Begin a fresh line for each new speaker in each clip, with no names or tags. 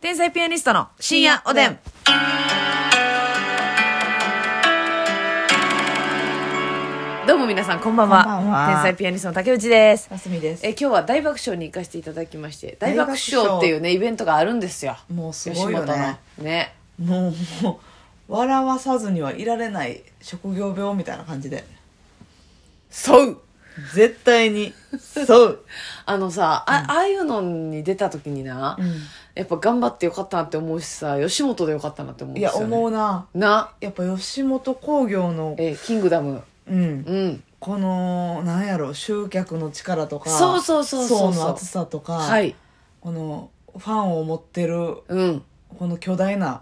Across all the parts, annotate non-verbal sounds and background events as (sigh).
天才ピアニストの深夜おでん。どうも皆さん、こんばんは。
こんばんは
天才ピアニストの竹内です。
ますみです
え今日は大爆笑に行かせていただきまして大爆笑っていうねイベントがあるんですよ
もうすごいよ
吉
ね
本のね
もうもう笑わさずにはいられない職業病みたいな感じで
そう
絶対にそう
あのさあ,、ああいうのに出た時にな、やっぱ頑張ってよかったなって思うしさ吉本でよかったなって思うん
(laughs) い
で
や
すよ、ね、
思うな
な
やっぱ吉本興業の、
えキングダム
うん、
うん
このなんやろ集客の力とか
そうそうそうそうそう
層の厚さとか、
はい
このファンを持ってる
うん
この巨大な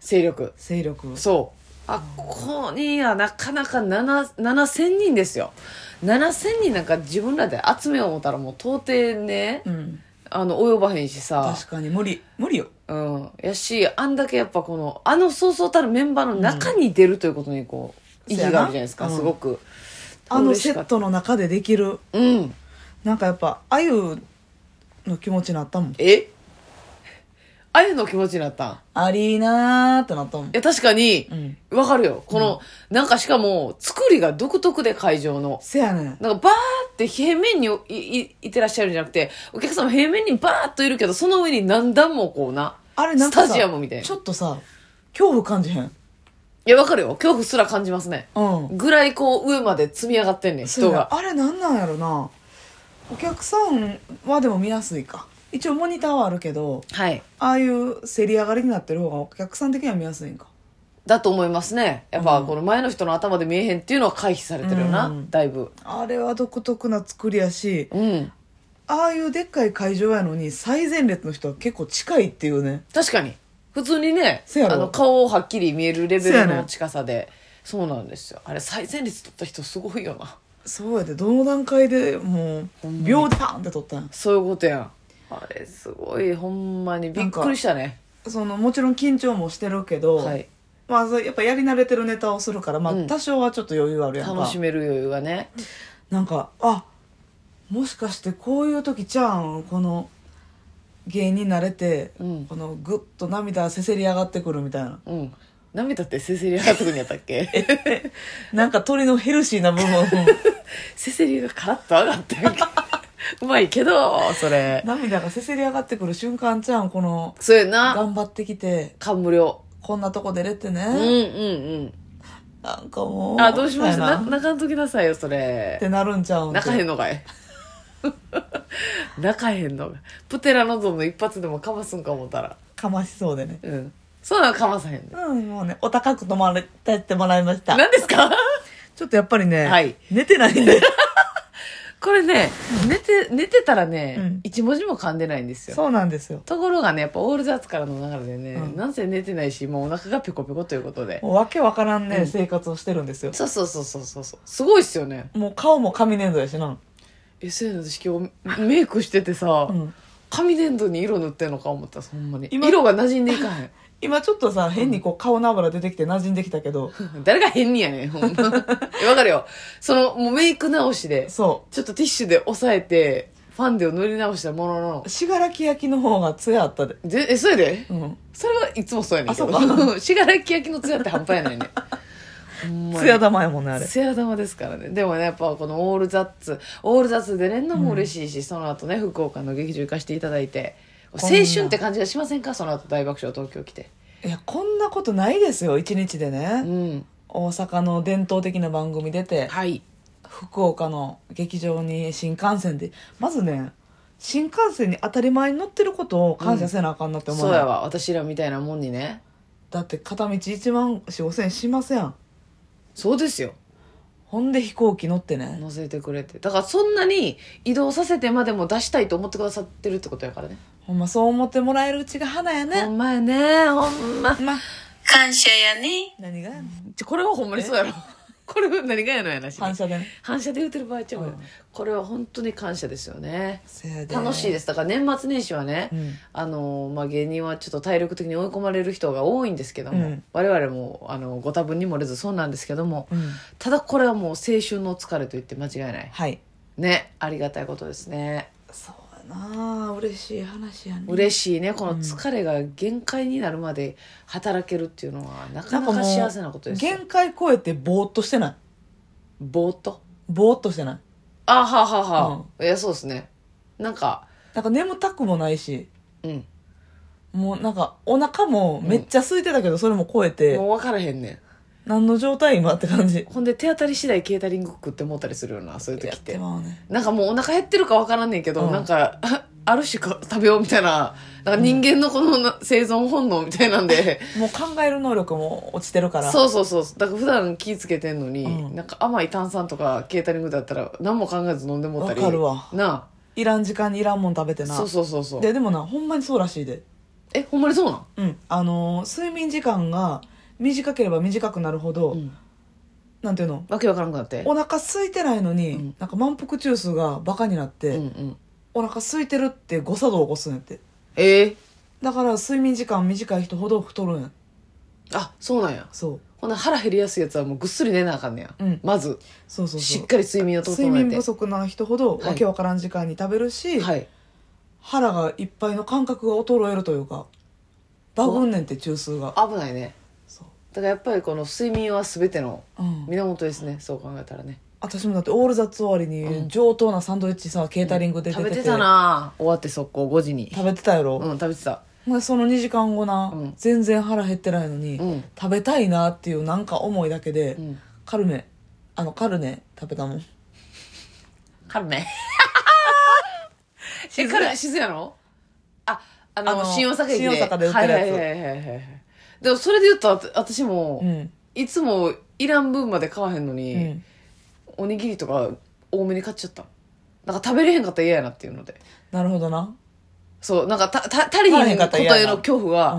勢力
勢力
そうあここにはなかなか7 7000人ですよ7000人なんか自分らで集めよう思ったらもう到底ね、
うん
あの及ばへんしさ
確かに無理無理よ
うん、やしあんだけやっぱこのあのそうそうたるメンバーの中に出るということにこう、
うん
意義があるじゃないですか、
そうや
す
な
ごく
あの
嬉し
セ
か
ッ
った
トの中でできる
うん
なんかやっぱあゆの気持ちになったもん
えあゆの気持ちになったんい
ありーなーってなったもん
や確かに
うん
わ、かるよこの、なんかしかも作りが独特で会場の
せやねん
なんかバーって平面にいいいてらっしゃるんじゃなくてお客様平面にバーっといるけどその上に何段もこうな
あれなんかさ
スタジアムみたいな
ちょっとさ恐怖感じへん
いやわかるよ恐怖すら感じますね
うん
ぐらいこう上まで積み上がってんねん
そ
人
う
が
やあれなんなんやろなお客さんはでも見やすいか一応モニターはあるけど
はい
ああいうせり上がりになってる方がお客さん的には見やすいんか
だと思いますねやっぱ
うん
この前の人の頭で見えへんっていうのは回避されてるよな、
うん
だいぶ
あれは独特な作りやし
うん
ああいうでっかい会場やのに最前列の人は結構近いっていうね
確かに普通にね
せや
あ
ろ
の顔をはっきり見えるレベ
せ
ル
やね
の
ん
近さで、そうなんですよあれ最前列取った人すごいよな
そうやでどの段階でもう秒でパンって取ったん
そういうことやんあれすごいほんまにびっくりしたね
そのもちろん緊張もしてるけど、
はい
まあ、そうやっぱやり慣れてるネタをするから、まあ
う、ん
多少はちょっと余裕あるやんか、
楽しめる余裕がね
なんかあもしかしてこういう時ちゃうんこの芸人慣れて、
うん
このグッと涙せせり上がってくるみたいな
うん涙ってせせり上がってくるんやったっ (laughs) け
なんか鳥のヘルシーな部分
(laughs) せせりがカラッと上がったやん (laughs) けうまいけどそれ
涙がせせり上がってくる瞬間ちゃうんこの
そうやな
頑張ってきて
感無量
こんなとこ出れてね、
うんうんうん
なんかもう
あ、どうしまし
み
た
いな
な、
っ
泣かんときなさいよ、それ
て。なるんちゃうん
泣かへんのかい。 (laughs) 泣かへんのか。プテラノドンの一発でもかますんか思ったら。
かましそうでね
うん。そうなのかまさへんで。
うんもうねお高く泊まれてってもらいました
何ですか (laughs)
ちょっとやっぱりね、
はい
寝てないんで。
(laughs) これね、寝て、寝てたらね、
うん
一文字も噛んでないんですよ。
そうなんですよ。
ところがね、やっぱオールザーツからの流れでね、
うん
なんせ寝てないし、もうお腹がペコペコということで。
もうわけわからんね、
うん
生活をしてるんですよ。
そうそうそうそうそうそう。すごいっすよね。
もう顔も紙粘土やしな。
え、そうやの私今日メイクしててさ、
うん
紙粘土に色塗ってんのか思ったほんまに。
今
色が馴染んでいかへん。 (laughs)
今ちょっとさ、変にこう顔の油出てきて馴染んできたけど、
誰が変にやねん、ほんま。えわかるよ。その、もうメイク直しで、
そ
ちょっとティッシュで押さえて、ファンデを塗り直したものの
う。、信楽焼きの方が艶あったで。
で、え、それで
うん。
それはいつもそうやねんけ
あそう
(laughs) ど。しがらき焼きのツヤって半端やないねん。ほ
(laughs)
んまに
艶玉やもんね、あれ。
艶玉ですからね。でもね、やっぱこのオールザッツ、オールザッツ出れんのも嬉しいし、その後ね、福岡の劇場行かせていただいて、青春って感じがしませんかその後大爆笑東京来て。
いや、こんなことないですよ、一日で
う
ね。
ん。
大阪の伝統的な番組出て、
はい。
福岡の劇場に新幹線で、まずね、新幹線に当たり前に乗ってることを感謝せなあかんなって思う、
そうやわ、私らみたいなもんにね。
だって片道1万4 5千円しません
そうですよ。
ほんで飛行機乗ってね
乗せてくれてだからそんなに移動させてまでも出したいと思ってくださってるってことやからね
ほんまそう思ってもらえるうちが花や
ほ
ね
んまやねほんま
ま
感謝やね
何がやねん
ちょこれはほんまにそうやろこれは何がやのやなし
反射でね
反射で言うてる場合ちゃうよ、
うん
これは本当に感謝ですよね
せやで
楽しいですすだから年末年始はね、
うん
あのまあ、芸人はちょっと体力的に追い込まれる人が多いんですけども、
うん
我々もあのご多分に漏れずそうなんですけども、
うん
ただこれはもう青春の疲れと言って間違いない
はい
ねありがたいことですね
そうなあ嬉しい話やね
嬉しいねこの疲れが限界になるまで働けるっていうのはなかな
も
か
う
幸せなことですよ
限界超えてぼーっとしてない
ぼーっと
ぼーっとしてない
あはあはあはあいやそうですねなんか
なんか眠たくもないし
うん
もうなんかお腹もめっちゃ空いてたけどそれも超えて、
もう分からへんねん
何の状態今って感じ
ほんで手当たり次第ケータリング食ってもうたりするよなそういう時っ
や
て
まうね
なんかもうお腹減ってるか分からんねんけど、
うん
なんか (laughs) あある種か食べようみたいななんか人間のこのな生存本能みたいなんで、
もう考える能力も落ちてるから
そうそうそうだから普段気ぃつけてんのに、
うん
なんか甘い炭酸とかケータリングだったら何も考えず飲んでもうたり
わかるわ
ない
らん時間にいらんもん食べて
あ
な
そうそうそうそう
ででもなほんまにそうらしいで
えほんまにそうなん
うんあのー睡眠時間が短ければ短くなるほど、
うん
なんていうの
わけわからなくなって
お腹空いてないのに、
うん
なんか満腹中枢がバカになって、
うんうん
お腹空いてるって誤作動起こすんやって
ええ
だから睡眠時間短い人ほど太るんや
あそうなんや
そう
ほな腹減りやすいやつはもうぐっすり寝なあかんねや、
うん
まず
そうそうそう
しっかり睡眠を整えて
睡眠不足な人ほど
はい
わけわからん時間に食べるし、
はい
腹がいっぱいの感覚が衰えるというかバグんねんって中枢が
危ないね
そう
だからやっぱりこの睡眠は全ての
うん、
源ですねそう考えたらね
私もだってオールザッツ終わり
うん
に上等なサンドイッチさケータリングで出
食
て
べ
て、
てたな終わって速攻5時に
食べてたやろ、
うん食べてた
まあその2時間後な、
うん
全然腹減ってないのに、
うん
食べたいなっていうなんか思いだけで、
うん
カルメあのカルネ食べたもん
カルメえカルメ (laughs) 静やのああの
あの
新大阪駅で
新大阪で売ってるやつ
はいはいはいはいはいでもそれで言うとあた私も、
うん、
いつもいらん分まで買わへんの
う
に、
ん、
おにぎりとか多めに買っちゃったなんか食べれへんかったら嫌やなっていうので
なるほどな
そうなんかたた足り
足り
へ
へ
ん
ん
こ
かっ
と
たら嫌や
へ
な
の恐怖が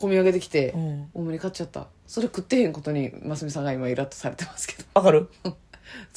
う
込み上げてきて、
ん、うん、
大盛り買っちゃったそれ食ってへんことにますみさんが今イラッとされてますけど
わかる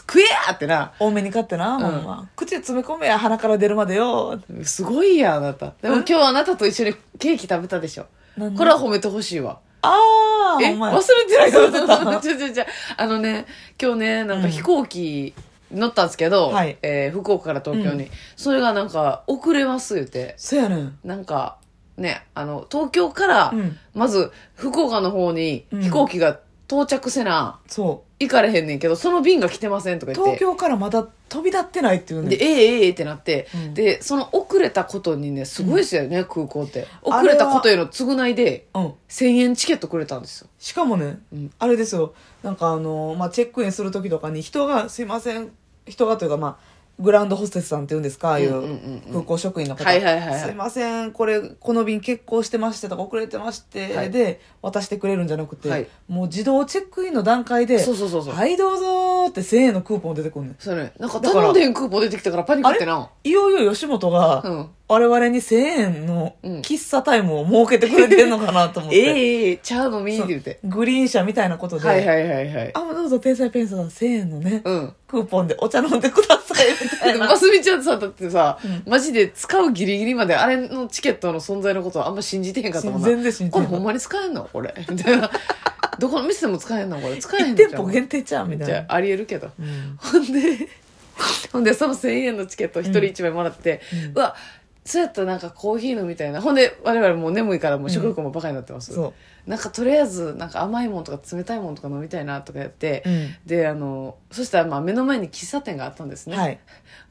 食えやってな
多めに買ってな、
ん
ほんま口詰め込めや腹から出るまでよ
すごいやあなたでも今日あなたと一緒にケーキ食べたでしょ
なんで
これは褒めてほしいわ
ああ
え
ほんまや
忘れてない
忘れて (laughs) た
ちょちょちょあのね今日ねなんか
うん
飛行機乗ったんですけど、
はい
えー福岡から東京に、
う
それがなんか遅れます言って
そやねん
なんかねあの東京から
うん
まず福岡の方に
うん
飛行機が到着せな、
そ
行かれへんねんけどその便が来てませんとか
う
言って
東京からまだ飛び立ってないっていうね
で、ええええってなって、
うん
で、その遅れたことにね、すごいですよね、空港って。
あ
遅
れは
れたことへの償いで、
うん
1000円チケットくれたんですよ。
しかもね、
うん
あれですよなんかあの、まあ、チェックインする時とかに人が「すいません人が」というか、まあ、グランドホステスさんっていうんですかああい
うんうんうん
う
うん
空港職員の方
はいはいはいはい
すいませんこれこの便欠航してまして」とか遅れてまして、
はい
で渡してくれるんじゃなくて、
はい
もう自動チェックインの段階で「
そうそうそうそう。
はいどうぞ」って1000円のクーポン出てくるねん
それ、ね、なんか
だから
頼んでへん空港出てきたからパニックってな。
いよいよ吉本が、
うん
我々に1000円の
うん
喫茶タイムを設けてくれてんのかなと思っ
え (laughs) え
て、
ええええちゃうのみーって言って。
グリーン車みたいなことで、
はいはいはいはい。
あ、どうぞ、天才ペンさん、1000円のね、
うん。
クーポンでお茶飲んでください、みた
で
い
も、
な
ま。すみちゃんさ、だってさ、
うん
マジで使うギリギリまで、あれのチケットの存在のことはあんま信じてへんかったもんな。
全然信じて
こ
へん
れほんまに使えんのこれ。みたいな。どこの店でも使えんのこれ。使えへんの
1
ちゃ
店
う
舗限定ちゃうみたい
じゃ
な。
あ、ありえるけど。
うん
ほんで、ほんで、その1000円のチケットを1人1枚もらって、うわ、そうやったらなんかコーヒー飲みたいな。ほんで、我々もう眠いからもう食欲もバカになってます。
そ
なんかとりあえず、なんか甘いもんとか冷たいもんとか飲みたいなとかやって、
う。うん。
で、あの、そしたらまあ目の前に喫茶店があったんですね。
はい。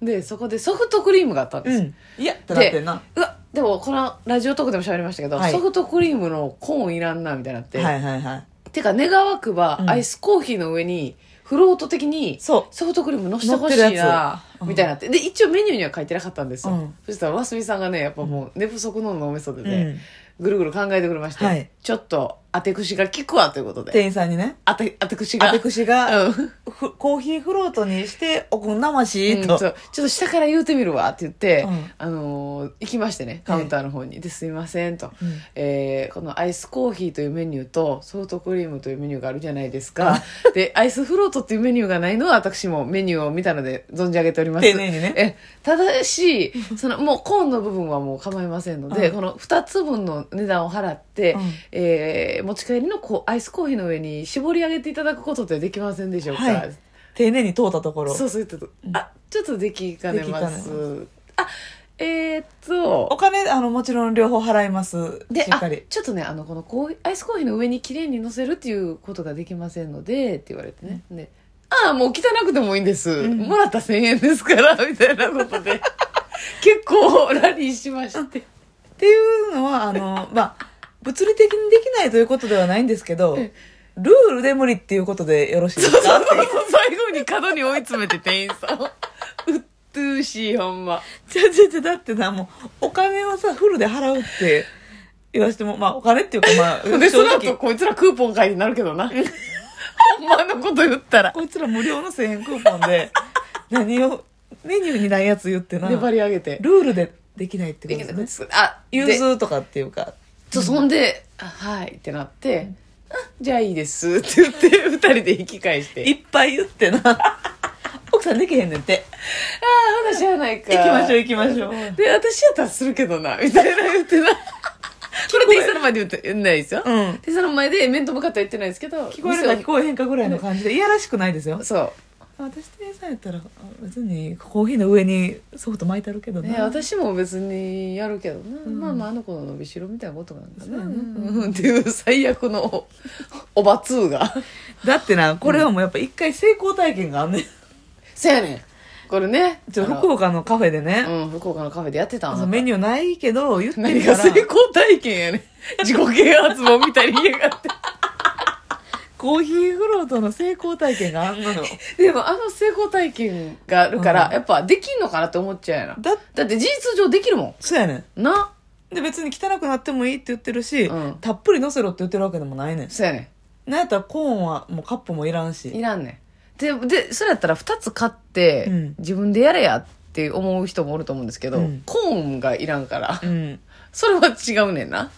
で、そこでソフトクリームがあったんです。
うん。いや、ってなってんな。
うわ、でもこのラジオトークでも喋りましたけど、
はい
ソフトクリームのコーンいらんなみたいになって、
はいはいはい。
てか願わくば
うん
アイスコーヒーの上にフロート的に
そ
ソフトクリーム乗せてほしい
乗ってるや
な、
つうん
みたいになってで一応メニューには書いてなかったんですよ、
うん
そしたらますみさんがねやっぱもう寝不足の脳みそで
う。う
ね、
ん。
ぐるぐる考えてくれまして、
はい
ちょっと当てくしが効くわということで
店員さんにね、
当て当てくしが
あてくしが、
うん
ふコーヒーフロートにして、おくんなま
う
し、
ん
と。
そうちょっと下から言うてみるわって言って、
うん
あのー行きましてねカウンターの方に、ですいませんと、
うん
えーこのアイスコーヒーというメニューとソフトクリームというメニューがあるじゃないですかでアイスフロートっていうメニューがないのは私もメニューを見たので存じ上げております
丁寧にね
えただしそのもうコーンの部分はもう構いませんので、
うん
この2つ分の値段を払って、
うん
えー持ち帰りのこうアイスコーヒーの上に絞り上げていただくことってできませんでしょうか、
はい丁寧に通ったところ。
そうそう言ったと、あちょっとできかねま
でき
す
かね
あえーっ
お
と
金あのもちろん両方払います
で
しっ
あ
かり
ちょっとねあのこのコーヒーアイスコーヒーの上に綺麗に乗せるっていうことができませんのでって言われてね、でああもう汚くてもいいんです、
ん
もらった1000円ですから (laughs) みたいなことで (laughs) 結構ラリーしまして
っていうのはあのまあ物理的にできないということではないんですけど
え
ルールで無理っていうことでよろしいですか
そうそうそう (laughs) 最後に角に追い詰めて店員さんをうっとうしいほんま
じゃじゃじゃだってなもうお金はさフルで払うって言わしてもまあお金っていうかまあ
(laughs) でそ
正
の後
直
こいつらクーポン会になるけど (laughs) なほんまのこと言 (laughs) ったら
こいつら無料の1000円クーポンで (laughs) 何をメニューにないやつ言ってなル
粘
ー
り上げて
ルでできないってことですね
あ
融
で
通とかっていうか
そうそんで「あはい」ってなって「あじゃあいいです」って言
(laughs)
って2人で引き返して「
いっぱい言ってな奥さんできへんねんって
ああまだ知らないか」
行きましょう行きましょう
で私やったらするけどなみたいな言って
(laughs)
なこれ店員さんの前で言って言んないですよ、
うん
店員さんの前で面と向かっては言ってないですけど
聞こえるか聞こえへんかぐらいの感じでいやらしくないですよ
店をそう
私店員さんやったらあ別にコーヒーの上にソフト巻いてあるけど
ね、
な、
私も別にやるけどな、
ん
まあまああの子の伸びしろみたいなことなんかな、
そうやね
うんっていう最悪のおおばつーが
だってなこれはもうやっぱ一回成功体験があんねん
せやねんこれね
ちょ
あの
福岡のカフェでね、
うん、福岡のカフェでやってた
そ
の
のメニューないけど言って
何
る
が
か
成
ら
功体験や
(laughs)
ねん自己啓発本みたいに言いやがって
コーヒーフロートの成功体験があんなの
でもあの成功体験があるから、
うん
やっぱできんのかなって思っちゃうやな
だっ
だって事実上できるも
そうやねん
んな
で別に汚くなってもいいって言ってるし、
うん
たっぷり乗せろって言ってるわけでもないねん
そうやね
なんやったらコーンはもうカップもいらんし
んいらんねんででそれやったら2つ買って、
うん
自分でやれやって思う人もおると思うんですけど、
うん
コーンがいらんから
うん
それは違うねんな